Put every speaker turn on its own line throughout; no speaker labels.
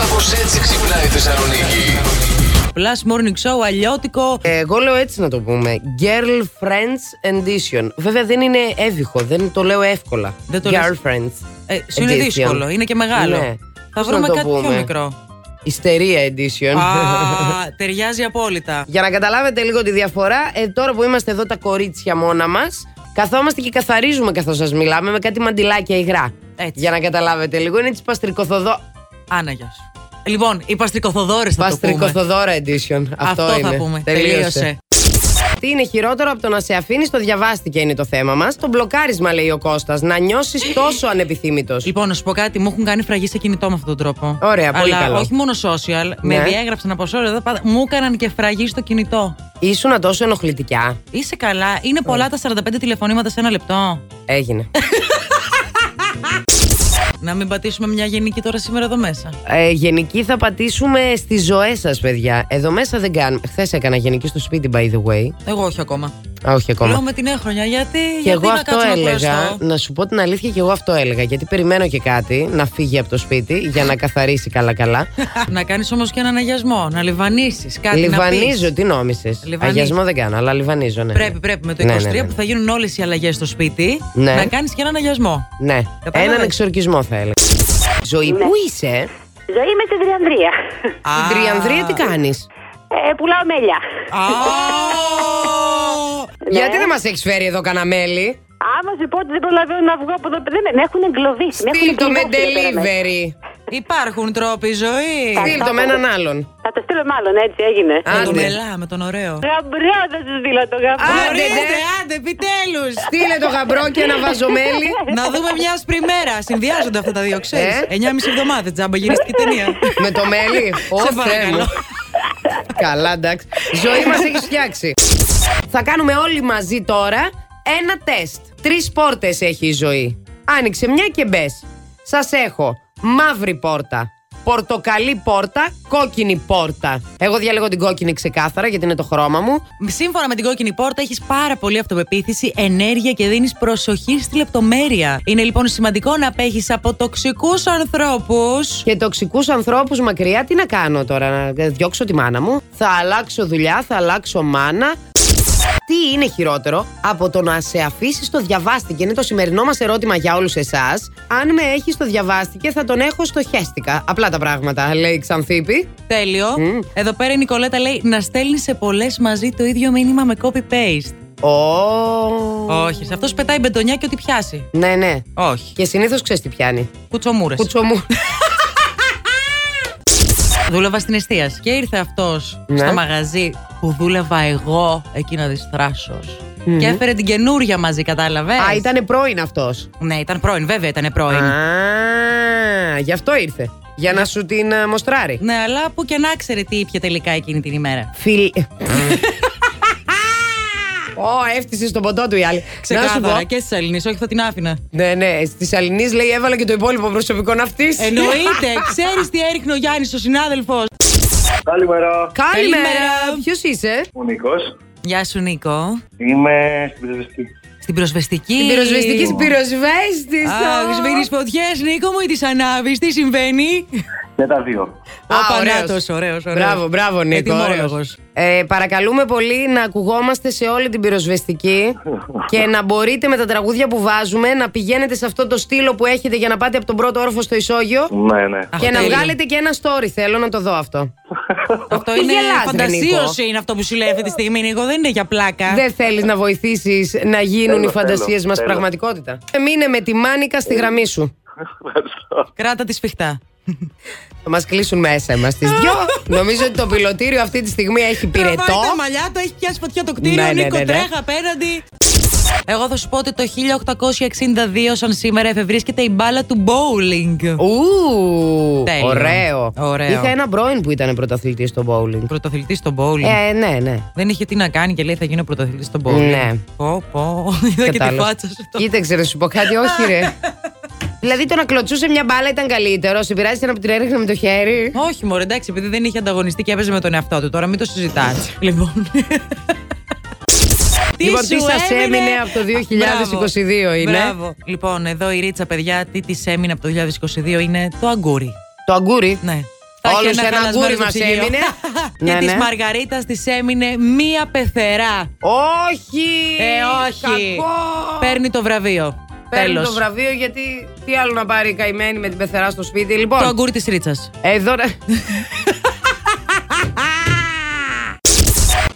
Κάπως έτσι ξυπνάει η Θεσσαλονίκη.
Plus Morning Show, αλλιώτικο.
Ε, Εγώ λέω έτσι να το πούμε. Girlfriends Edition. Βέβαια δεν είναι εύηχο, δεν το λέω εύκολα.
Δεν το λες.
Girlfriends.
Ε, σου είναι
Edition.
δύσκολο, είναι και μεγάλο.
Ναι.
Θα
Πώς
βρούμε
να το
κάτι πιο
πούμε. Ε,
μικρό.
Ιστερία Edition.
Α, ταιριάζει απόλυτα.
Για να καταλάβετε λίγο τη διαφορά, ε, τώρα που είμαστε εδώ τα κορίτσια μόνα μας, καθόμαστε και καθαρίζουμε καθώς σας μιλάμε με κάτι μαντιλάκια υγρά.
Έτσι.
Για να καταλάβετε λίγο, είναι της παστρικοθοδό.
Άνα, γεια σου. Ε, Λοιπόν, οι παστρικοθοδόρε θα το πούμε.
Παστρικοθοδόρα edition. Αυτό,
Αυτό
είναι.
θα πούμε. Τελείωσε.
Τι είναι χειρότερο από το να σε αφήνει, το διαβάστηκε είναι το θέμα μας. Το μπλοκάρισμα, λέει ο Κώστας Να νιώσεις τόσο ανεπιθύμητος.
Λοιπόν, να σου πω κάτι, μου έχουν κάνει φραγή σε κινητό με αυτόν τον τρόπο.
Ωραία, πολύ
Αλλά
καλό.
Όχι μόνο social, με
Ναι.
διέγραψαν από social εδώ πάντα. Μου έκαναν και φραγή στο κινητό.
Ήσουν τόσο ενοχλητικά.
Είσαι καλά, είναι
Ε.
πολλά τα 45 τηλεφωνήματα σε ένα λεπτό.
Έγινε.
Να μην πατήσουμε μια γενική τώρα σήμερα εδώ μέσα.
Ε, γενική θα πατήσουμε στις ζωές σας, παιδιά. Εδώ μέσα δεν κάνουμε. Χθες έκανα γενική στο σπίτι, by the way.
Εγώ όχι ακόμα.
Α, όχι ακόμα.
Λέω με την έχρονια, γιατί.
Και
γιατί
εγώ
να
αυτό
κάτσω να
έλεγα.
κουραστώ?
Να σου πω την αλήθεια, και εγώ αυτό έλεγα. Γιατί περιμένω και κάτι να φύγει από το σπίτι για να καθαρίσει καλά-καλά.
να κάνεις όμως και έναν αγιασμό, να λιβανίσεις κάτι.
λιβανίζω,
Να πεις.
τι νόμισες.
Λιβανίζω.
Αγιασμό δεν κάνω, αλλά λιβανίζω, ναι.
Πρέπει, πρέπει με το 23
Ναι, ναι, ναι.
που θα γίνουν όλες οι αλλαγές στο σπίτι
Ναι.
να κάνεις και έναν αγιασμό.
Ναι,
Κατάλαβες.
έναν εξορκισμό θα έλεγα. Ζωή, πού είσαι,
Ζωή είμαι στην Τριανδρία.
Α.
Στην Τριανδρία τι κάνεις.
Ε, πουλάω μέλια.
Α,
Γιατί δεν μας έχεις φέρει εδώ κανένα μέλι.
Άμα σου πω ότι δεν προλαβαίνω να βγω από εδώ, δεν με έχουν εγκλωβίσει. με
Στείλ
έχουν
το με
κλειδώσει εδώ πέρα μέσα.
delivery.
Υπάρχουν τρόποι ζωή.
Στείλ το με έναν άλλον.
Θα το στείλω μάλλον, έτσι έγινε.
Με τον
Άντε.
Ελά, με τον ωραίο.
Γαμπρό θα σου στείλω το γαμπρό.
Άντε, ναι.
Ορίστε,
ντε.
άντε, επιτέλους.
Στείλε το γαμπρό και ένα βάζο μέλι.
Να δούμε μια άσπρη μέρα. Συνδυάζονται αυτά τα δύο, ξέρεις.
Ε.
9,5 εβδομάδες τζάμπα γυρίστηκε η ταινία.
Με το μέλι.
Σε
Ω Θεέ μου.
παρακαλώ.
Καλά, εντάξει. Ζωή μας έχεις φτιάξει. Θα κάνουμε όλοι μαζί τώρα ένα τεστ. Τρεις πόρτες έχει η ζωή. Άνοιξε μια και μπες. Σας έχω μαύρη πόρτα, πορτοκαλί πόρτα, κόκκινη πόρτα. Εγώ διαλέγω την κόκκινη ξεκάθαρα γιατί είναι το χρώμα μου.
Σύμφωνα με την κόκκινη πόρτα, έχεις πάρα πολύ αυτοπεποίθηση, ενέργεια και δίνεις προσοχή στη λεπτομέρεια. Είναι λοιπόν σημαντικό να απέχεις από τοξικούς ανθρώπους.
Και τοξικούς ανθρώπους μακριά, τι να κάνω τώρα, να διώξω τη μάνα μου. Θα αλλάξω δουλειά, θα αλλάξω μάνα. Τι είναι χειρότερο από το να σε αφήσει στο διαβάστηκε. Είναι το σημερινό μας ερώτημα για όλους εσάς. Αν με έχεις στο διαβάστηκε, θα τον έχω στο χέστηκα. Απλά τα πράγματα, λέει η Ξανθήπη.
Τέλειο.
Μμμ.
Εδώ πέρα η Νικολέτα λέει να στέλνει σε πολλές μαζί το ίδιο μήνυμα με copy-paste.
Ω.
Όχι, σε αυτός πετάει μπεντονιά και ό,τι πιάσει.
Ναι, ναι.
Όχι.
Και συνήθως ξέρεις τι πιάνει.
Κουτσομούρες.
Κουτσομού.
Δούλευα στην εστίαση. Και ήρθε αυτός
Ναι.
στο μαγαζί που δούλευα εγώ εκεί να διστράσω.
Μμμ.
Και έφερε την καινούρια μαζί, κατάλαβες.
Α, ήταν πρώην αυτός.
Ναι, ήταν πρώην, βέβαια ήταν πρώην.
Α, γι' αυτό ήρθε. Για να σου την α, μοστράρει.
Ναι, αλλά που και να ξέρει τι ήπια τελικά εκείνη την ημέρα.
Φιλ. Ω, έφτιασε στον ποντό του η άλλη. Να
Ξεκάθαρα
σου πω.
και στις Ελληνίε, όχι θα την άφηνα.
Ναι, ναι. Στις Αλληνή λέει έβαλα και το υπόλοιπο προσωπικό να φτύσει.
Εννοείται, ξέρεις τι έριχνε ο Γιάννης, ο συνάδελφος.
Καλημέρα.
Καλημέρα.
Καλημέρα.
Ποιος είσαι,
Ο Νίκος.
Γεια σου, Νίκο.
Είμαι στην πυροσβεστική.
Στην πυροσβεστική.
Την πυροσβεστική πυροσβέστη.
Αχ, σβήνει φωτιές, Νίκο μου, ή τις ανάβεις, τι συμβαίνει.
Και τα δύο.
Ο Πανάτο, ωραίο, ωραίο.
Μπράβο, μπράβο, Νίκο. ωραίος. Ε, παρακαλούμε πολύ να ακουγόμαστε σε όλη την πυροσβεστική και να μπορείτε με τα τραγούδια που βάζουμε να πηγαίνετε σε αυτό το στήλο που έχετε για να πάτε από τον πρώτο όροφο στο ισόγειο
Ναι, ναι.
Αχ,
και να
τέλειο.
βγάλετε και ένα story. Θέλω να το δω αυτό.
Αυτό
Τι
είναι
γελάς, ρε, Νίκο?
φαντασίωση είναι αυτό που σου λέει αυτή τη στιγμή, Νίκο. Δεν είναι για πλάκα.
Δεν θέλεις να βοηθήσεις να γίνουν
Θέλω,
οι φαντασίε
θέλω,
μας
θέλω.
πραγματικότητα. Ε, Μείνε με τη μάνικα στη γραμμή σου.
Ευχαριστώ.
Κράτα τη σφιχτά.
Θα μας κλείσουν μέσα μα τις δυο. Νομίζω ότι το πιλωτήριο αυτή τη στιγμή έχει πυρετό.
Τραβάει τα μαλλιά του, έχει πιάσει φωτιά το κτίριο.
Ναι, ναι,
Νίκο,
ναι, ναι.
τρέχα απέναντι. Εγώ θα σου πω ότι το 1862, σαν σήμερα, εφευρίσκεται η μπάλα του bowling.
Ου,
Τέλειο.
ωραίο.
Ωραίο.
Είχα ένα πρώην που ήταν πρωταθλητής στο bowling.
Πρωταθλητής στο bowling.
Ε, ναι, ναι.
Δεν είχε τι να κάνει και λέει θα γίνω πρωταθλητής στο bowling.
Ναι.
Πω, πω. Είδα και τη
Κατάλαβα.
φάτσα σου. το-
Κοίταξε, να σου πω κάτι, όχι ρε. δηλαδή το να κλωτσούσε μια μπάλα ήταν καλύτερο. Σε πειράζει να την έριχνε με το χέρι.
Όχι, μωρέ, εντάξει, επειδή δεν είχε ανταγωνιστεί και έπαιζε με τον εαυτό του. Τώρα μην το συζητάς. λοιπόν.
Λοιπόν,
σου
τι σας έμεινε από το 2022 είναι?
Μπράβο. Λοιπόν, εδώ η Ρίτσα, παιδιά, τι της έμεινε από το 2022 είναι το αγκούρι.
Το αγκούρι.
Ναι. και
Όλους ένα
χαλασμένο
γκούρι μας
ψυγείο.
έμεινε.
και
Ναι,
της
ναι.
Μαργαρίτας της έμεινε μία πεθερά.
Όχι!
Ε, όχι.
Κακό!
Παίρνει το βραβείο.
Παίρνει
Τέλος.
το βραβείο γιατί τι άλλο να πάρει η καημένη με την πεθερά στο σπίτι. Λοιπόν,
Το αγκούρι της Ρίτσας.
εδώ. να-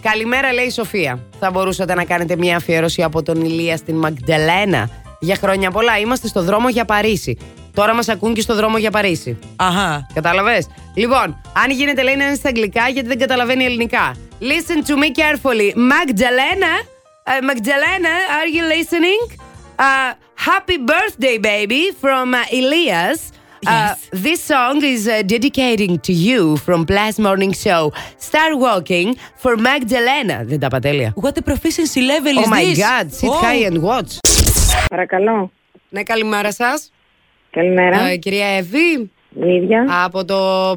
Καλημέρα, λέει η Σοφία. Θα μπορούσατε να κάνετε μια αφιέρωση από τον Ηλία στην Μαγντελένα. Για χρόνια πολλά είμαστε στο δρόμο για Παρίσι. Τώρα μας ακούν και στο δρόμο για Παρίσι.
Αχα.
Κατάλαβες. Λοιπόν, αν γίνεται, λέει να είναι στα αγγλικά γιατί δεν καταλαβαίνει ελληνικά. Listen to me carefully. Magdalena, uh, Magdalena, are you listening? Uh, happy birthday, baby, from uh, Elias. Uh, this song is uh, dedicating to you from Blast Morning Show. Start walking for Magdalena. Δεν τα είπα τέλεια.
What a proficiency level
Oh
is
my
this?
God, sit
Oh.
high and watch.
Παρακαλώ.
Ναι, καλημέρα σας.
Καλημέρα.
Ε, κυρία Εύη.
Η ίδια.
Από το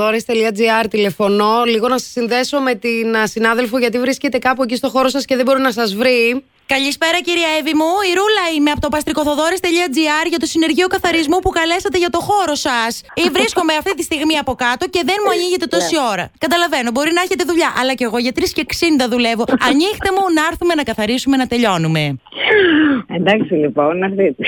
παστρικοθοδόρης.gr τηλεφωνώ λίγο να σας συνδέσω με την α, συνάδελφο γιατί βρίσκεται κάπου εκεί στο χώρο σας και δεν μπορεί να σας βρει.
Καλησπέρα κυρία Εύη μου, η Ρούλα είμαι από το παστρικοθοδόρης.gr για το συνεργείο καθαρισμού που καλέσατε για το χώρο σας. Ή βρίσκομαι αυτή τη στιγμή από κάτω και δεν μου ανοίγετε τόση ώρα. Καταλαβαίνω, μπορεί να έχετε δουλειά, αλλά και εγώ για 3 και 60 δουλεύω. Ανοίχτε μου να έρθουμε να καθαρίσουμε να τελειώνουμε.
Εντάξει λοιπόν, να δείτε.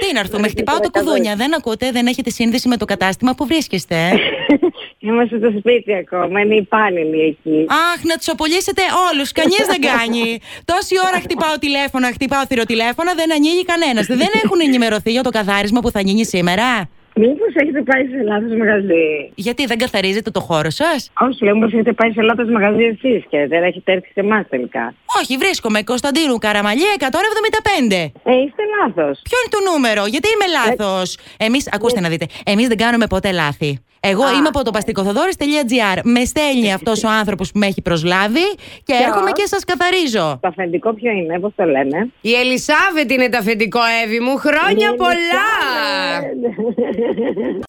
Τι να έρθουμε, χτυπάω το κουδούνια, δεν ακούτε, δεν έχετε σύνδεση με το κατάστημα που βρίσκεστε. ε.
Είμαστε στο σπίτι ακόμα, είναι υπάλληλοι εκεί.
Αχ, να τους απολύσετε όλους. Κανείς δεν κάνει. Τόση ώρα χτυπάω τηλέφωνα, χτυπάω θηροτηλέφωνα, δεν ανοίγει κανένας. Δεν έχουν ενημερωθεί για το καθάρισμα που θα γίνει σήμερα.
Μήπως έχετε πάει σε λάθος μαγαζί.
Γιατί δεν καθαρίζετε το χώρο σας.
Όχι, λέω μήπως έχετε πάει σε λάθος μαγαζί εσείς και δεν έχετε έρθει σε εμάς τελικά.
Όχι, βρίσκομαι Κωνσταντίνου Καραμαλή 175.
Ε, είστε λάθος.
Ποιο είναι το νούμερο, γιατί
Ε,
είμαι λάθος. Εμείς, ακούστε να δείτε, εμείς δεν κάνουμε ποτέ λάθη. Εγώ είμαι
ε.
από το παστικοθοδόρη.gr. Με στέλνει αυτός ο άνθρωπος που με έχει προσλάβει και έρχομαι και σας καθαρίζω.
Το αφεντικό ποιο είναι, πώς το λένε.
Η Ελισάβετ είναι τα αφεντικό Εύη μου. Χρόνια πολλά!
Ε,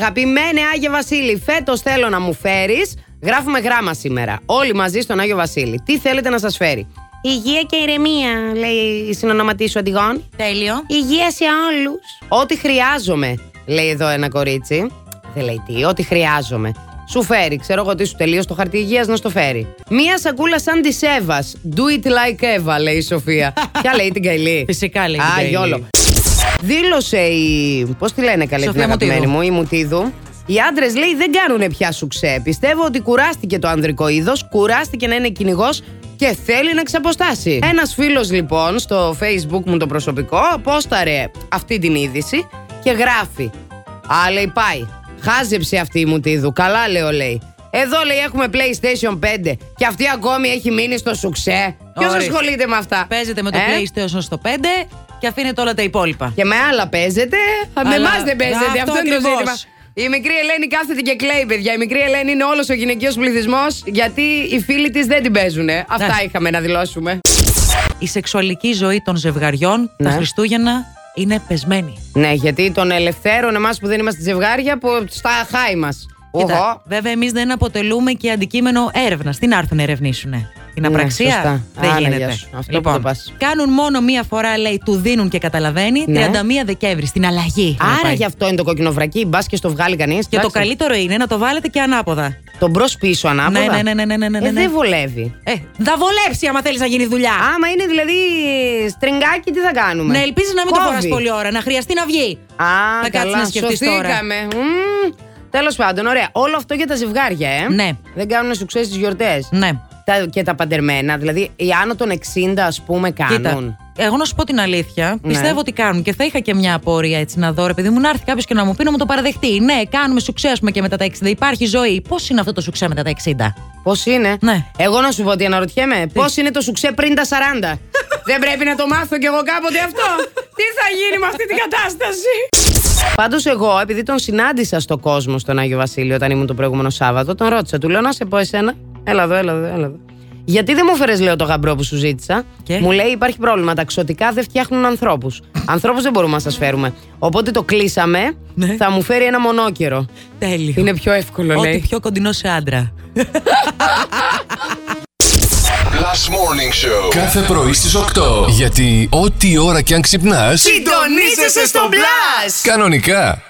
Αγαπημένη Άγιο Βασίλη, φέτος θέλω να μου φέρεις. Γράφουμε γράμμα σήμερα. Όλοι μαζί στον Άγιο Βασίλη. Τι θέλετε να σας φέρει. Υγεία και ηρεμία, λέει η συνονοματή σου Αντιγόν.
Τέλειο.
Υγεία σε όλους. Ό,τι χρειάζομαι, λέει εδώ ένα κορίτσι. Δεν λέει τι, ό,τι χρειάζομαι. Σου φέρει, ξέρω εγώ τι σου τελείω το χαρτί υγείας να στο φέρει. Μία σακούλα σαν της Εύας. Do it like Eva, λέει η Σοφία. Ποια λέει την Καηλή.
Φυσικά λέει την
Α,
Καηλή.
γιόλο. Δήλωσε η. Πώς τη λένε καλή την
Σοφία
αγαπημένη
Μουτίδου.
μου, η Μουτίδου. Οι άντρες λέει δεν κάνουν πια σουξέ. Πιστεύω ότι κουράστηκε το ανδρικό είδος, κουράστηκε να είναι κυνηγός και θέλει να ξαποστάσει. Ένας φίλος λοιπόν στο facebook μου το προσωπικό απόσταρε αυτή την είδηση και γράφει. Α, λέει πάει. Χάζεψε αυτή η Μουτίδου. Καλά λέω λέει. Εδώ λέει έχουμε PlayStation 5 και αυτή ακόμη έχει μείνει στο σουξέ. Ποιος
Ορίστε.
ασχολείται με αυτά.
Παίζετε με το
Ε?
PlayStation στο 5 και αφήνετε όλα τα υπόλοιπα.
Και με άλλα παίζεται.
Αλλά-
Με εμάς δεν παίζεται.
Αυτό
Αυτό, είναι το
ακριβώς.
ζήτημα. Η μικρή Ελένη κάθεται και κλαίει, παιδιά. Η μικρή Ελένη είναι όλος ο γυναικείος πληθυσμός, γιατί οι φίλοι της δεν την παίζουν. Αυτά
Ναι.
είχαμε να δηλώσουμε.
Η σεξουαλική ζωή των ζευγαριών
Ναι.
τα Χριστούγεννα είναι πεσμένη.
Ναι, γιατί τον ελευθέρων εμάς που δεν είμαστε ζευγάρια, που στα χάη μας.
Κοίτα, βέβαια, εμείς δεν αποτελούμε και αντικείμενο έρευνα. Τι να έρθουν να ερευνήσουν. Την
Ναι,
απραξία
σωστά.
δεν
Άρα, γεια
γίνεται.
σου. Αυτό που το
λοιπόν,
πας.
κάνουν μόνο μία φορά, λέει, του δίνουν και καταλαβαίνει.
Ναι.
31 Δεκέμβρη, στην αλλαγή. θα
Άρα
πάει.
γι' αυτό είναι το κόκκινο βρακί, μπας και στο βγάλει κανείς.
Και το καλύτερο είναι να το βάλετε και ανάποδα.
Τον μπρος πίσω ανάποδα.
Ναι, ναι, ναι, ναι, ναι, ναι,
Ε,
ναι.
δεν βολεύει.
Ε, θα βολέψει άμα θέλεις να γίνει δουλειά.
Άμα είναι δηλαδή στριγκάκι, τι θα κάνουμε.
Ναι, ελπίζεις να μην το
Κόβει.
φοράς πολλή ώρα, να χρειαστεί να βγει.
Α,
Θα κάτσεις
καλά,
να σκεφτείς τώρα.
Τέλος πάντων, ωραία. Όλο αυτό για τα ζευγάρια, ε.
Ναι.
Δεν κάνουν σου ξέρεις τις γιορτές.
Ναι.
Και τα παντερμένα, δηλαδή οι άνω των 60, ας πούμε, κάνουν.
Κοίτα, εγώ να σου πω την αλήθεια.
Ναι.
Πιστεύω ότι κάνουν και θα είχα και μια απορία έτσι να δω, ρε παιδί μου, να έρθει κάποιος και να μου πει να μου το παραδεχτεί. Ναι, κάνουμε σουξέ, α πούμε, και μετά τα 60. Υπάρχει ζωή. Πώς είναι αυτό το σουξέ μετά τα 60.
Πώς είναι.
Ναι.
Εγώ να σου πω ότι αναρωτιέμαι. Πώς είναι το σουξέ πριν τα 40. Δεν πρέπει να το μάθω κι εγώ κάποτε αυτό. τι θα γίνει με αυτή την κατάσταση. Πάντως, εγώ, επειδή τον συνάντησα στο κόσμο στον Άγιο Βασίλειο όταν ήμουν το προηγούμενο Σάββατο, τον ρώτησα. Του λέω να σε πω εσένα. Έλα εδώ, έλα εδώ, έλα εδώ. Γιατί δεν μου φέρες, λέω, το γαμπρό που σου ζήτησα.
Και?
Μου λέει υπάρχει πρόβλημα. Τα ξωτικά δεν φτιάχνουν ανθρώπους. ανθρώπους δεν μπορούμε να σας φέρουμε. Οπότε το κλείσαμε.
Ναι.
Θα μου φέρει ένα μονόκερο.
Τέλειο.
Είναι πιο εύκολο, λέει.
Ό,τι πιο κοντινό σε άντρα.
Last Morning Show. Κάθε πρωί στις 8. Γιατί ό,τι ώρα κι αν ξυπνάς,
Συντονίζεσαι στο μπλα!
κανονικά